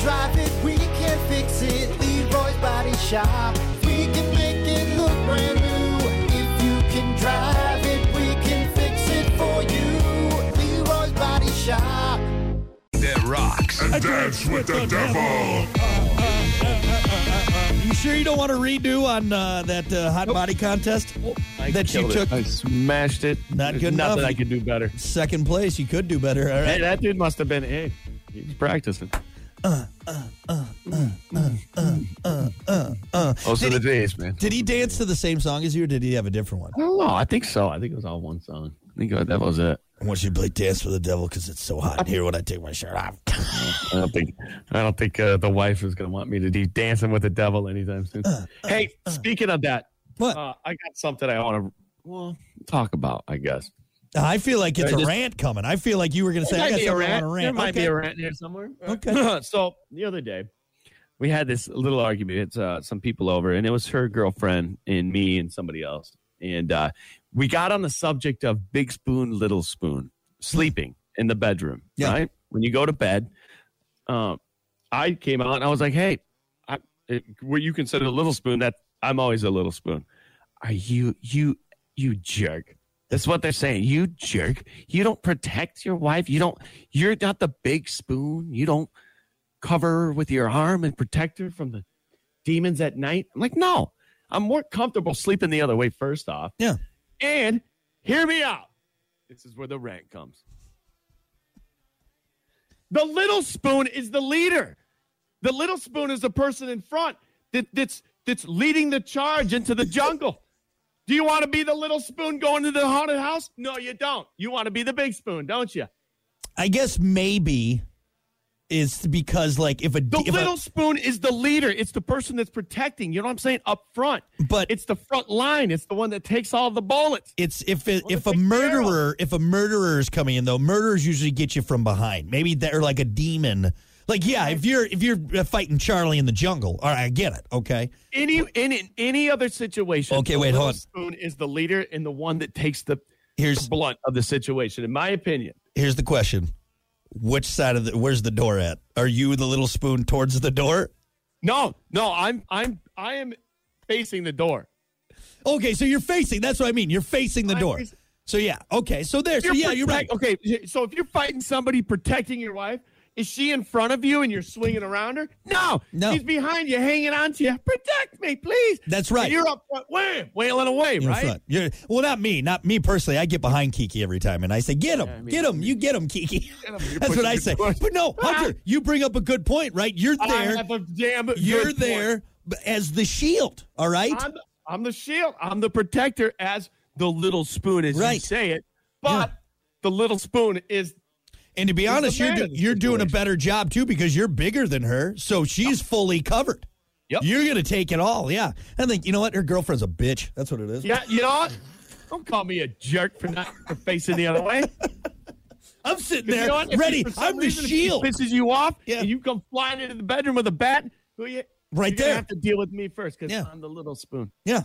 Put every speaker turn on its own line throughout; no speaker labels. drive it, we can fix it. Leroy's Body Shop. We can make it look brand new. If you can drive it, we can fix it for you. Leroy's Body Shop.
that rocks. And dance with the devil.
You sure you don't want to redo on uh, that uh, hot body contest that you
Killed it.
took
I smashed it.
Not
There's
good enough.
Nothing I could do better.
second place? You could do better. All
Hey,
right.
that dude must have been. Hey, he's practicing.
Uh,
Also
uh, Did
Oh, the days, man.
Did he dance to the same song as you, or did he have a different one?
I don't know. I think so. I think it was all one song. I think that was it.
I want you to play "Dance with the Devil" because it's so hot in here when I take my shirt off.
I don't think. I don't think uh, the wife is going to want me to do dancing with the devil anytime soon. hey, speaking of that,
Uh, What?
uh, I got something I want to well talk about. I guess
I feel like it's
I
a
just-
rant coming. I feel like you were going to say,
There
"I
might
got
be a
something I
rant.
want to rant."
There might
okay.
be a rant there somewhere.
Okay.
so the other day, we had this little argument. It's uh, some people over, and it was her girlfriend and me and somebody else, and uh, we got on the subject of big spoon, little spoon, sleeping in the bedroom.
Yeah.
Right when you go to bed, um, I came out and I was like, "Hey, I, it, were you considered a little spoon? That I'm always a little spoon. Are you you you jerk?" That's what they're saying. You jerk. You don't protect your wife. You don't. You're not the big spoon. You don't cover her with your arm and protect her from the demons at night. I'm like, no. I'm more comfortable sleeping the other way. First off,
Yeah.
and hear me out. This is where the rant comes. The little spoon is the leader. The little spoon is the person in front that, that's that's leading the charge into the jungle. Do you want to be the little spoon going to the haunted house? No, you don't. You want to be the big spoon, don't you?
I guess maybe it's because like if a
The
if a-
little spoon is the leader. It's the person that's protecting. You know what I'm saying? Up front.
But-
it's the front line. It's the one that takes all the bullets.
it's if it,
Well,
if a
then take care of 'em.
murderer if a murderer is coming in though murderers usually get you from behind maybe they're like a demon like yeah if you're if you're uh, fighting Charlie in the jungle all right I get it okay
Any in, in any other situation.
Okay,
the
wait, hold
little
on.
Spoon is the leader and the one that takes the
here's
blunt of the situation, in my opinion.
here's the question which side of the where's the door at are you the little spoon towards the door
No, no, I'm I'm I am facing the door.
okay so you're facing that's what I mean you're facing the
I'm
door
facing-
so yeah okay so there so
You're
yeah you're right
protect- Okay, so if you're fighting somebody protecting your wife, is she in front of you and you're swinging around her? No,
No.
she's behind you, hanging on to you. Protect me, please.
That's right.
And you're up front, wham, wailing away,
in
right?
front. You're, well, not me, not me personally. I get behind Kiki every time, and I say, "Get him,
I mean-
get him, you get him, Kiki."
Get 'em, you're
That's what
pushing
I
the
say.
push.
But no, Hunter, you bring up a good point, right? You're
I
there,
have a damn. good
you're
point.
there b- as the shield. All right?
I'm, I'm the shield. I'm the protector, as the little spoon, as you
Right.
say it. But
Yeah.
the little spoon is
and to be
the
honest, you're
man
do,
in this
you're doing a
situation.
better job too because you're bigger than her, so she's fully covered.
Yep.
You're gonna take it all, yeah. I think you know what her girlfriend's a bitch. That's what it is.
Yeah, you know what? Don't call me a jerk for not for facing the other way.
I'm sitting
You
there
know what? If
ready.
for some
I'm the
reason if she
shield
pisses you off,
Yeah.
and you come flying into the bedroom with a bat. Who you?
right
you're gonna
there.
Have to deal with me first because
Yeah.
I'm the little spoon.
yeah.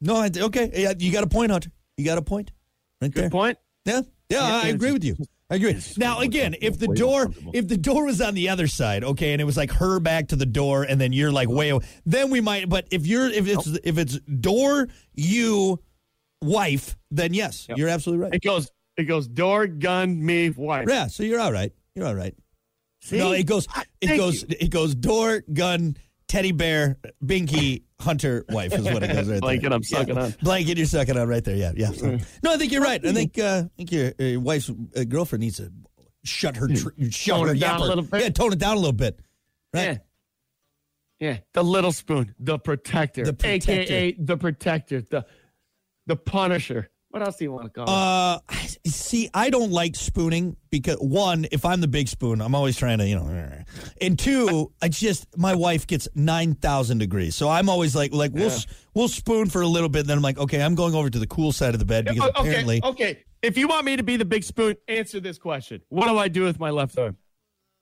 No, I, okay. Yeah, you got a point, Hunter. You got a point. Right
Good
there.
point.
Yeah, yeah, I agree with you. I agree. Now, again, if the door, if the door was on the other side, okay, and it was like her back to the door, and then you're like way, away, then we might. But if you're, if it's, if it's door, you, wife, then yes, you're absolutely right.
It goes. It goes. Door, gun, me, wife.
Yeah, so you're all right. You're all right.
See?
No, it goes,
Ah,
it
thank
goes,
you.
it goes. Door, gun, teddy bear, binky, hunter, wife is what it goes right
Blanket
there.
I'm sucking
yeah.
on.
Blanket you're sucking on right there. Yeah, yeah. So- No, I think you're right. I think uh, I think your, your wife's uh, girlfriend needs to shut her tr- shut
Hmm. Tone
her
it down a
yapper.
little bit.
Yeah, tone it down a little bit.
Yeah.
Right.
Yeah. The little spoon, the protector,
The protector.
aka the protector, the the punisher. What else do you want to call? it?
Uh, see, I don't like spooning because one, if I'm the big spoon, I'm always trying to, you know, and two, I just my wife gets nine thousand degrees, so I'm always like, like we'll s we'll spoon for a little bit, then I'm like, okay, I'm going over to the cool side of the bed because
O-
apparently,
Okay, Oh, okay. If you want me to be the big spoon, answer this question. What do I do with my left arm?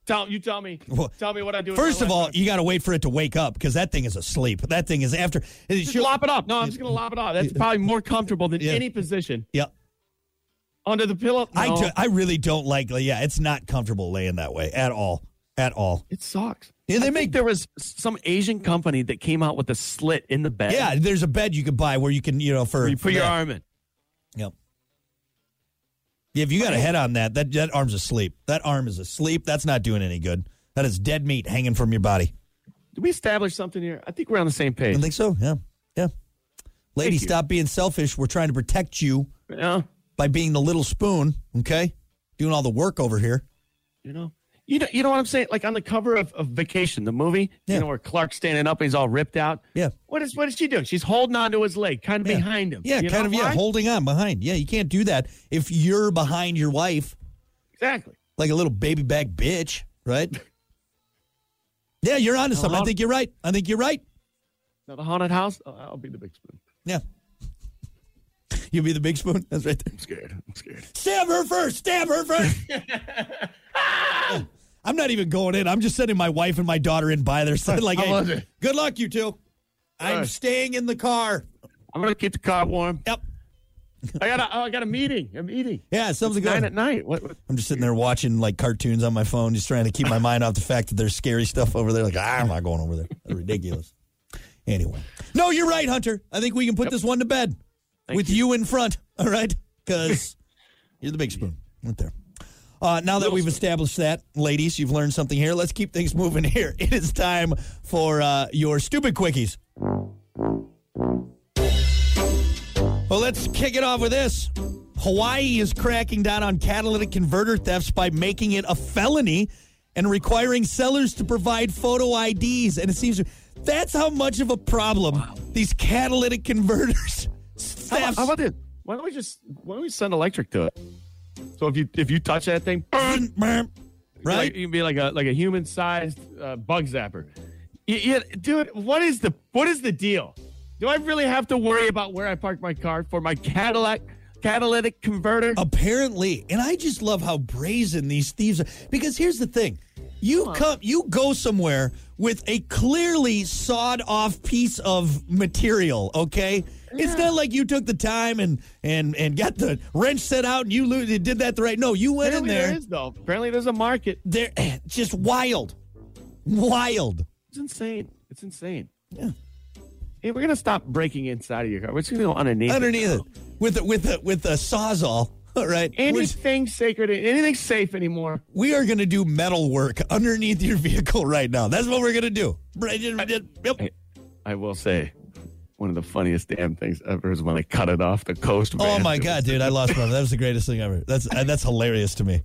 Tell you tell me.
Well,
tell me what I do. With
first
my
of
left
all,
arm.
you got to wait for it to wake up because that thing is asleep. That thing is after.
just
she'll-
lop it off. No, I'm just gonna lop it off. That's probably more comfortable than
Yeah.
any position
yeah.
under the pillow.
I,
no,
do, I really don't like, yeah, it's not comfortable laying that way at all. At all.
it sucks.
Yeah, they
I
make
think there was some Asian company that came out with a slit in the bed.
yeah. There's a bed you could buy where you can you know for
where you
for
put your
that.
arm in.
Yep. Yeah, if you got a head on that, that that arm's asleep. That arm is asleep. That's not doing any good. That is dead meat hanging from your body.
Did we establish something here? I think we're on the same
I
page.
think so. Yeah, yeah. Lady,
Thank you.
stop being selfish. We're trying to protect you
Yeah,
by being the little spoon. Okay, doing all the work over here.
you know, you know, you know what I'm saying. Like on the cover of, of Vacation, the movie,
Yeah.
you know, where Clark's standing up and he's all ripped out.
Yeah.
What is what is she doing? She's holding onto his leg, kind of
Yeah.
behind him.
Yeah,
You
kind
know
of. Yeah,
why?
holding on behind. Yeah, you can't do that if you're behind your wife
exactly.
like a little baby back bitch, right? yeah, you're onto something. I
Hello?
think you're right. I think you're right.
Now the haunted house. I'll, I'll be the big spoon.
Yeah. You'll be the big spoon. That's right. There.
I'm scared. I'm scared.
Stab her first. Stab her first. I'm not even going in. I'm just sending my wife and my daughter in by their side. Like,
How
hey,
was it?
good luck, you two. I'm
right.
staying in the car.
I'm gonna keep the car warm.
Yep.
I got a, oh, I got a meeting. I'm eating.
Yeah, something's
Nine
going.
at night. What, what?
I'm just sitting there watching like cartoons on my phone, just trying to keep my mind off the fact that there's scary stuff over there. Like, ah, I'm not going over there. That's ridiculous. Anyway, no, you're right, Hunter. I think we can put this one to bed
Thank
with you. in front. All right, because you're the big spoon right there. Uh, now that we've established that, ladies, you've learned something here. Let's keep things moving here. It is time for uh, your stupid quickies. Well, let's kick it off with this. Hawaii is cracking down on catalytic converter thefts by making it a felony and requiring sellers to provide photo IDs. And it seems that's how much of a problem these catalytic converters
How, about-
thefts.
how about this? Why don't we just why don't we send electric to it? So if you if you touch that thing,
right?
Like, you can be like a like a human sized uh, bug zapper. Y- yeah, dude, what is the what is the deal? Do I really have to worry about where I park my car for my Cadillac catalytic converter?
Apparently, and I just love how brazen these thieves are. Because here's the thing: you come, you go somewhere with a clearly sawed-off piece of material. Okay, it's not like you took the time and and and got the wrench set out and you lo- you did that the right. No, you went in
Apparently
there.
there is though. Apparently there's a market.
They're just wild, wild.
It's insane. It's insane.
Yeah.
Hey, we're gonna stop breaking inside of your car. We're just gonna go underneath. it.
underneath it with a, with a, with a sawzall. All right, We're-
Anything sacred, anything safe anymore.
we are going to do metal work underneath your vehicle right now. That's what we're going to do. Right, yep.
I will say, one of the funniest damn things ever is when I cut it off the coast.
Oh
man.
my
It was-
god, dude! I lost my. That was the greatest thing ever. That's uh, that's hilarious to me.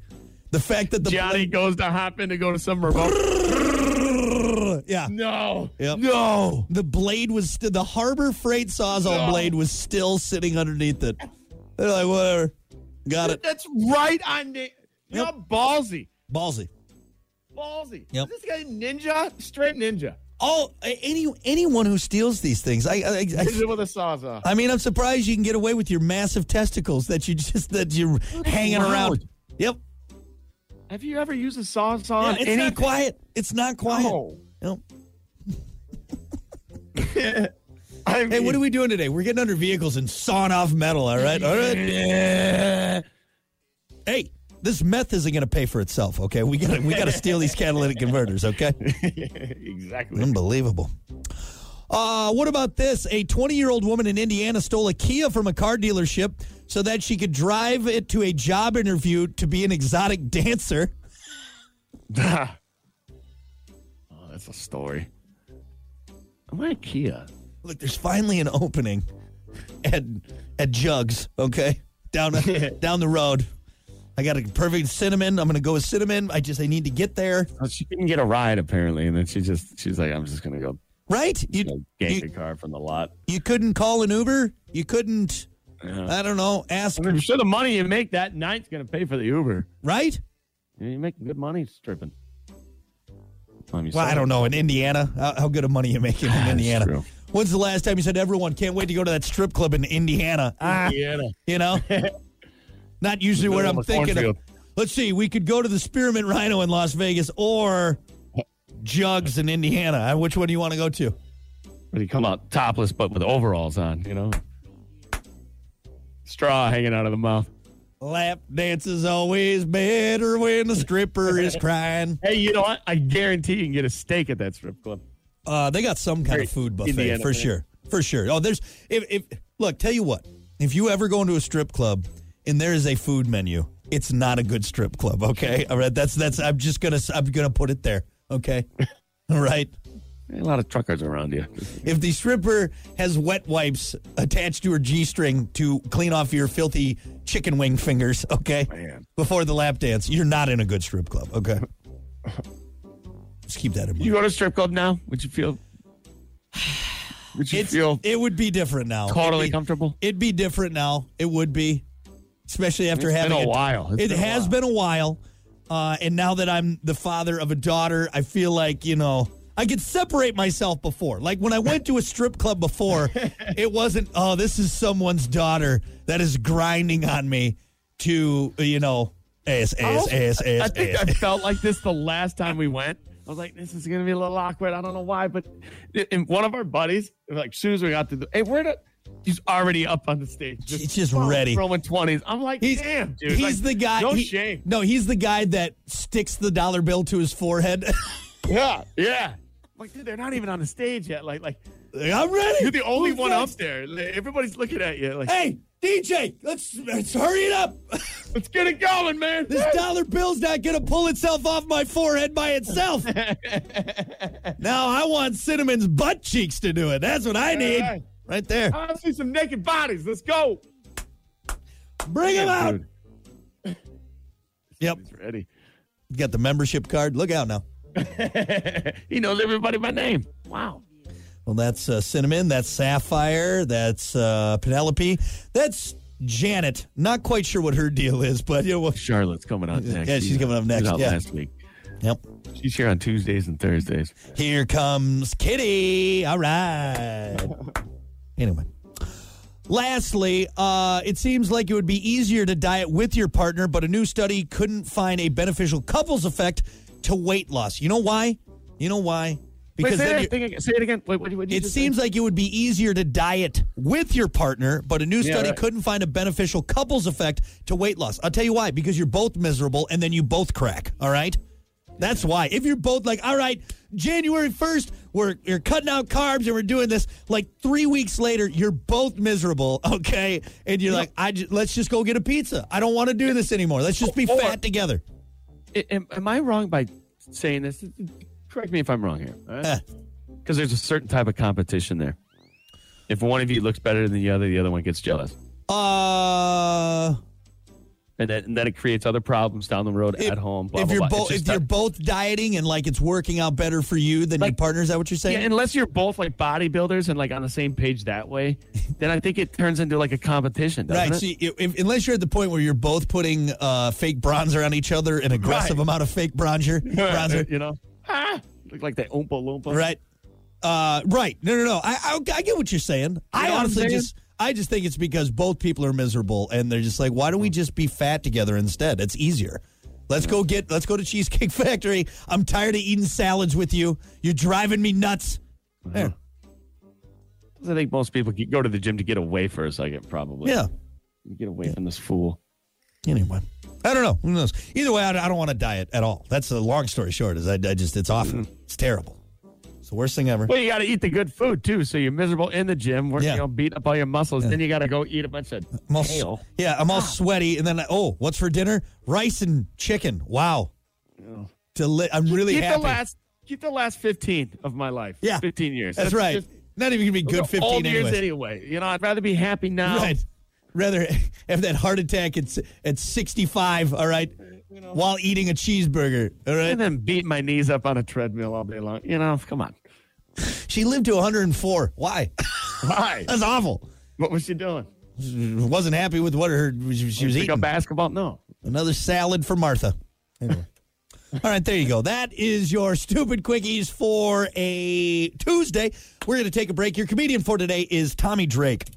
The fact that the
Johnny goes to hop in to go to some remote.
blade, yeah,
no,
Yep.
no.
the blade was st- the Harbor Freight sawzall
No.
blade was still sitting underneath it. They're like, whatever, got it.
That's right on the. You know, ballsy,
Ballsy.
ballsy.
Yep.
Is this guy ninja, straight ninja.
All any anyone who steals these things, I I, I,
Did it with a sawzall.
I mean, I'm surprised you can get away with your massive testicles that you just that you're hanging around. Yep,
Have you ever used a sawzall
Yeah,
on
it's
any?
not quiet. It's not quiet.
No.
No.
I
Hey, what
mean,
are we doing today? We're getting under vehicles and sawing off metal, all right? All right. Hey, this meth isn't going to pay for itself, okay? We got to we got to steal these catalytic converters, okay?
exactly.
Unbelievable. Uh, what about this? A 20-year-old woman in Indiana stole a Kia from a car dealership so that she could drive it to a job interview to be an exotic dancer. Mm.
oh, that's a story. Am I a Kia?
Look, there's finally an opening at at Jugs. Okay, down down the road. I got a perfect cinnamon. I'm gonna go with cinnamon. I just I need to get there.
Oh, she didn't get a ride apparently, and then she just she's like, I'm just gonna go
Right?
you know,
You
gank
you,
the car from the lot.
you couldn't call an Uber. You couldn't.
Yeah.
I don't know. Ask
I mean, I'm sure the money you make that night's gonna pay for the Uber.
right?
You, know, you make good money stripping.
Well, I don't know. In Indiana, how, how good of money you making in Indiana?
true.
When's the last time you said everyone can't wait to go to that strip club in Indiana? Ah,
Indiana.
you know, not usually
Middle
what
of
I'm
a
thinking of.
cornfield.
Let's see, we could go to the Spearmint Rhino in Las Vegas or Jugs in Indiana. Uh, Which one do you want to go to?
But he come out topless, but with overalls on. You know, straw hanging out of the mouth.
Lap dance is always better when the stripper is crying.
Hey, you know what? I guarantee you can get a steak at that strip club.
Uh, they got some kind
Great.
of food buffet
Indiana
for
thing.
sure, for sure. Oh, there's if if look, tell you what, if you ever go into a strip club and there is a food menu, it's not a good strip club. Okay, all right, that's that's. I'm just gonna I'm gonna put it there. Okay, all right.
A lot of truckers around you.
If the stripper has wet wipes attached to her G string to clean off your filthy chicken wing fingers, okay?
Man.
Before the lap dance, you're not in a good strip club, okay? Just keep that in mind.
You go to a strip club now? Would you feel? Would you
It's-
feel
it would be different now.
totally
it'd be,
comfortable?
it'd be different now. It would be, especially after
It's been
having
a while. It's
It
been a
has
while.
been a while, uh, and now that I'm the father of a daughter, I feel like you know I could separate myself before. Like when I went to a strip club before, it wasn't oh this is someone's daughter that is grinding on me to you know ass ass ass
Oh, I
ass
think
ass.
I felt like this the last time we went. I was like, this is gonna be a little awkward. I don't know why, but and one of our buddies, like, as soon as we got to the, hey, where the, he's already up on the stage,
He's just ready.
throwing twenties. I'm like,
He's,
damn, dude,
he's the
Like,
guy.
No
he-
shame.
No, he's the guy that sticks the dollar bill to his forehead.
Yeah, yeah. I'm like, dude, they're not even on the stage yet. Like, like
Like, I'm ready.
you're the only
Who's
one
next?
up there. Like, Everybody's looking at you. Like,
Hey, DJ, let's, let's hurry it up.
let's get it going, man.
This dollar bill's not going to pull itself off my forehead by itself. now I want Cinnamon's butt cheeks to do it. That's what I need.
right. Oh,
Right there.
I see some naked bodies. Let's go.
Bring him out.
Dude,
Yep.
he's ready.
You got the membership card. Look out now.
he knows everybody by name. Wow.
Well, that's uh, Cinnamon. That's Sapphire. That's uh, Penelope. That's Janet. Not quite sure what her deal is, but you know, well,
Charlotte's coming out next.
Yeah, she's coming up
she
next,
was out
yeah.
last week.
yep.
She's here on Tuesdays and Thursdays.
Here comes Kitty. All right. anyway. Lastly, uh, it seems like it would be easier to diet with your partner, but a new study couldn't find a beneficial couples effect to weight loss. You know why? You know why?
Wait, say,
then
that
you're-
thing again. say it again. Wait, what, what
it seems like it would be easier to diet with your partner, but a new
Yeah,
study
right.
couldn't find a beneficial couples effect to weight loss. I'll tell you why. Because you're both miserable and then you both crack. All right? That's why. If you're both like, all right, January 1st, we're, we're cutting out carbs and we're doing this, like three weeks later, you're both miserable, okay? And you're like, I just, let's just go get a pizza. I don't want to do this anymore. Let's just be
Or-
fat together.
am, am I wrong by saying this? Correct me if I'm wrong here. Because
Eh.
there's a certain type of competition there. If one of you looks better than the other, the other one gets jealous.
Eh. Uh,
And then, and then it creates other problems down the road
if-
at home. Blah,
if
blah,
you're
blah. It's
both if
just
you're
not-
both dieting and like it's working out better for you than your
Like-
partner, is that what you're saying?
Yeah, unless you're both like bodybuilders and like on the same page that way, then I think it turns into like a competition. doesn't
Right.
it?
See, if, if, unless you're at the point where you're both putting uh, fake bronzer on each other, an aggressive
Right.
amount of fake bronzer, bronzer,
you know, ah, look like that oompa loompa.
right? Uh, right. No, no, no. I, I, I get what you're saying. I
know what I'm
honestly
saying?
just, I just think it's because both people are miserable and they're just like, why
Mm.
don't we just be fat together instead? It's easier. Let's go get, let's go to Cheesecake Factory. I'm tired of eating salads with you. You're driving me nuts. There.
I think most people could go to the gym to get away for a second, probably.
Yeah.
Get away from this fool.
Anyway, I don't know. Who knows? Either way, I, I don't want to diet at all. That's the long story short. Is I, I just it's awful.
Mm-hmm.
It's terrible. It's the worst thing ever.
Well, you got to eat the good food too. So you're miserable in the gym, where
Yeah.
you know, beating up all your muscles. Then you got to go eat a bunch of
I'm all,
kale. Ah.
yeah, I'm all sweaty, and then I, oh, what's for dinner? Rice and chicken. Wow. Deli- I'm really
keep
happy.
the last, keep the last fifteen of my life.
Yeah.
fifteen years.
That's right.
just-
Not even gonna be good
those are
15
old years
anyways.
anyway. You know, I'd rather be happy now.
Right. Rather have that heart attack at s- at 65. All right. While eating a cheeseburger. All right.
And then beat my knees up on a treadmill all day long. You know, come on.
She lived to 104. Why?
Why?
That's awful.
what was she doing?
Wasn't happy with what her she was
Pick up
eating.
basketball? No.
Another salad for Martha. Anyway. All right, there you go. That is your stupid quickies for a Tuesday. We're going to take a break. Your comedian for today is Tommy Drake.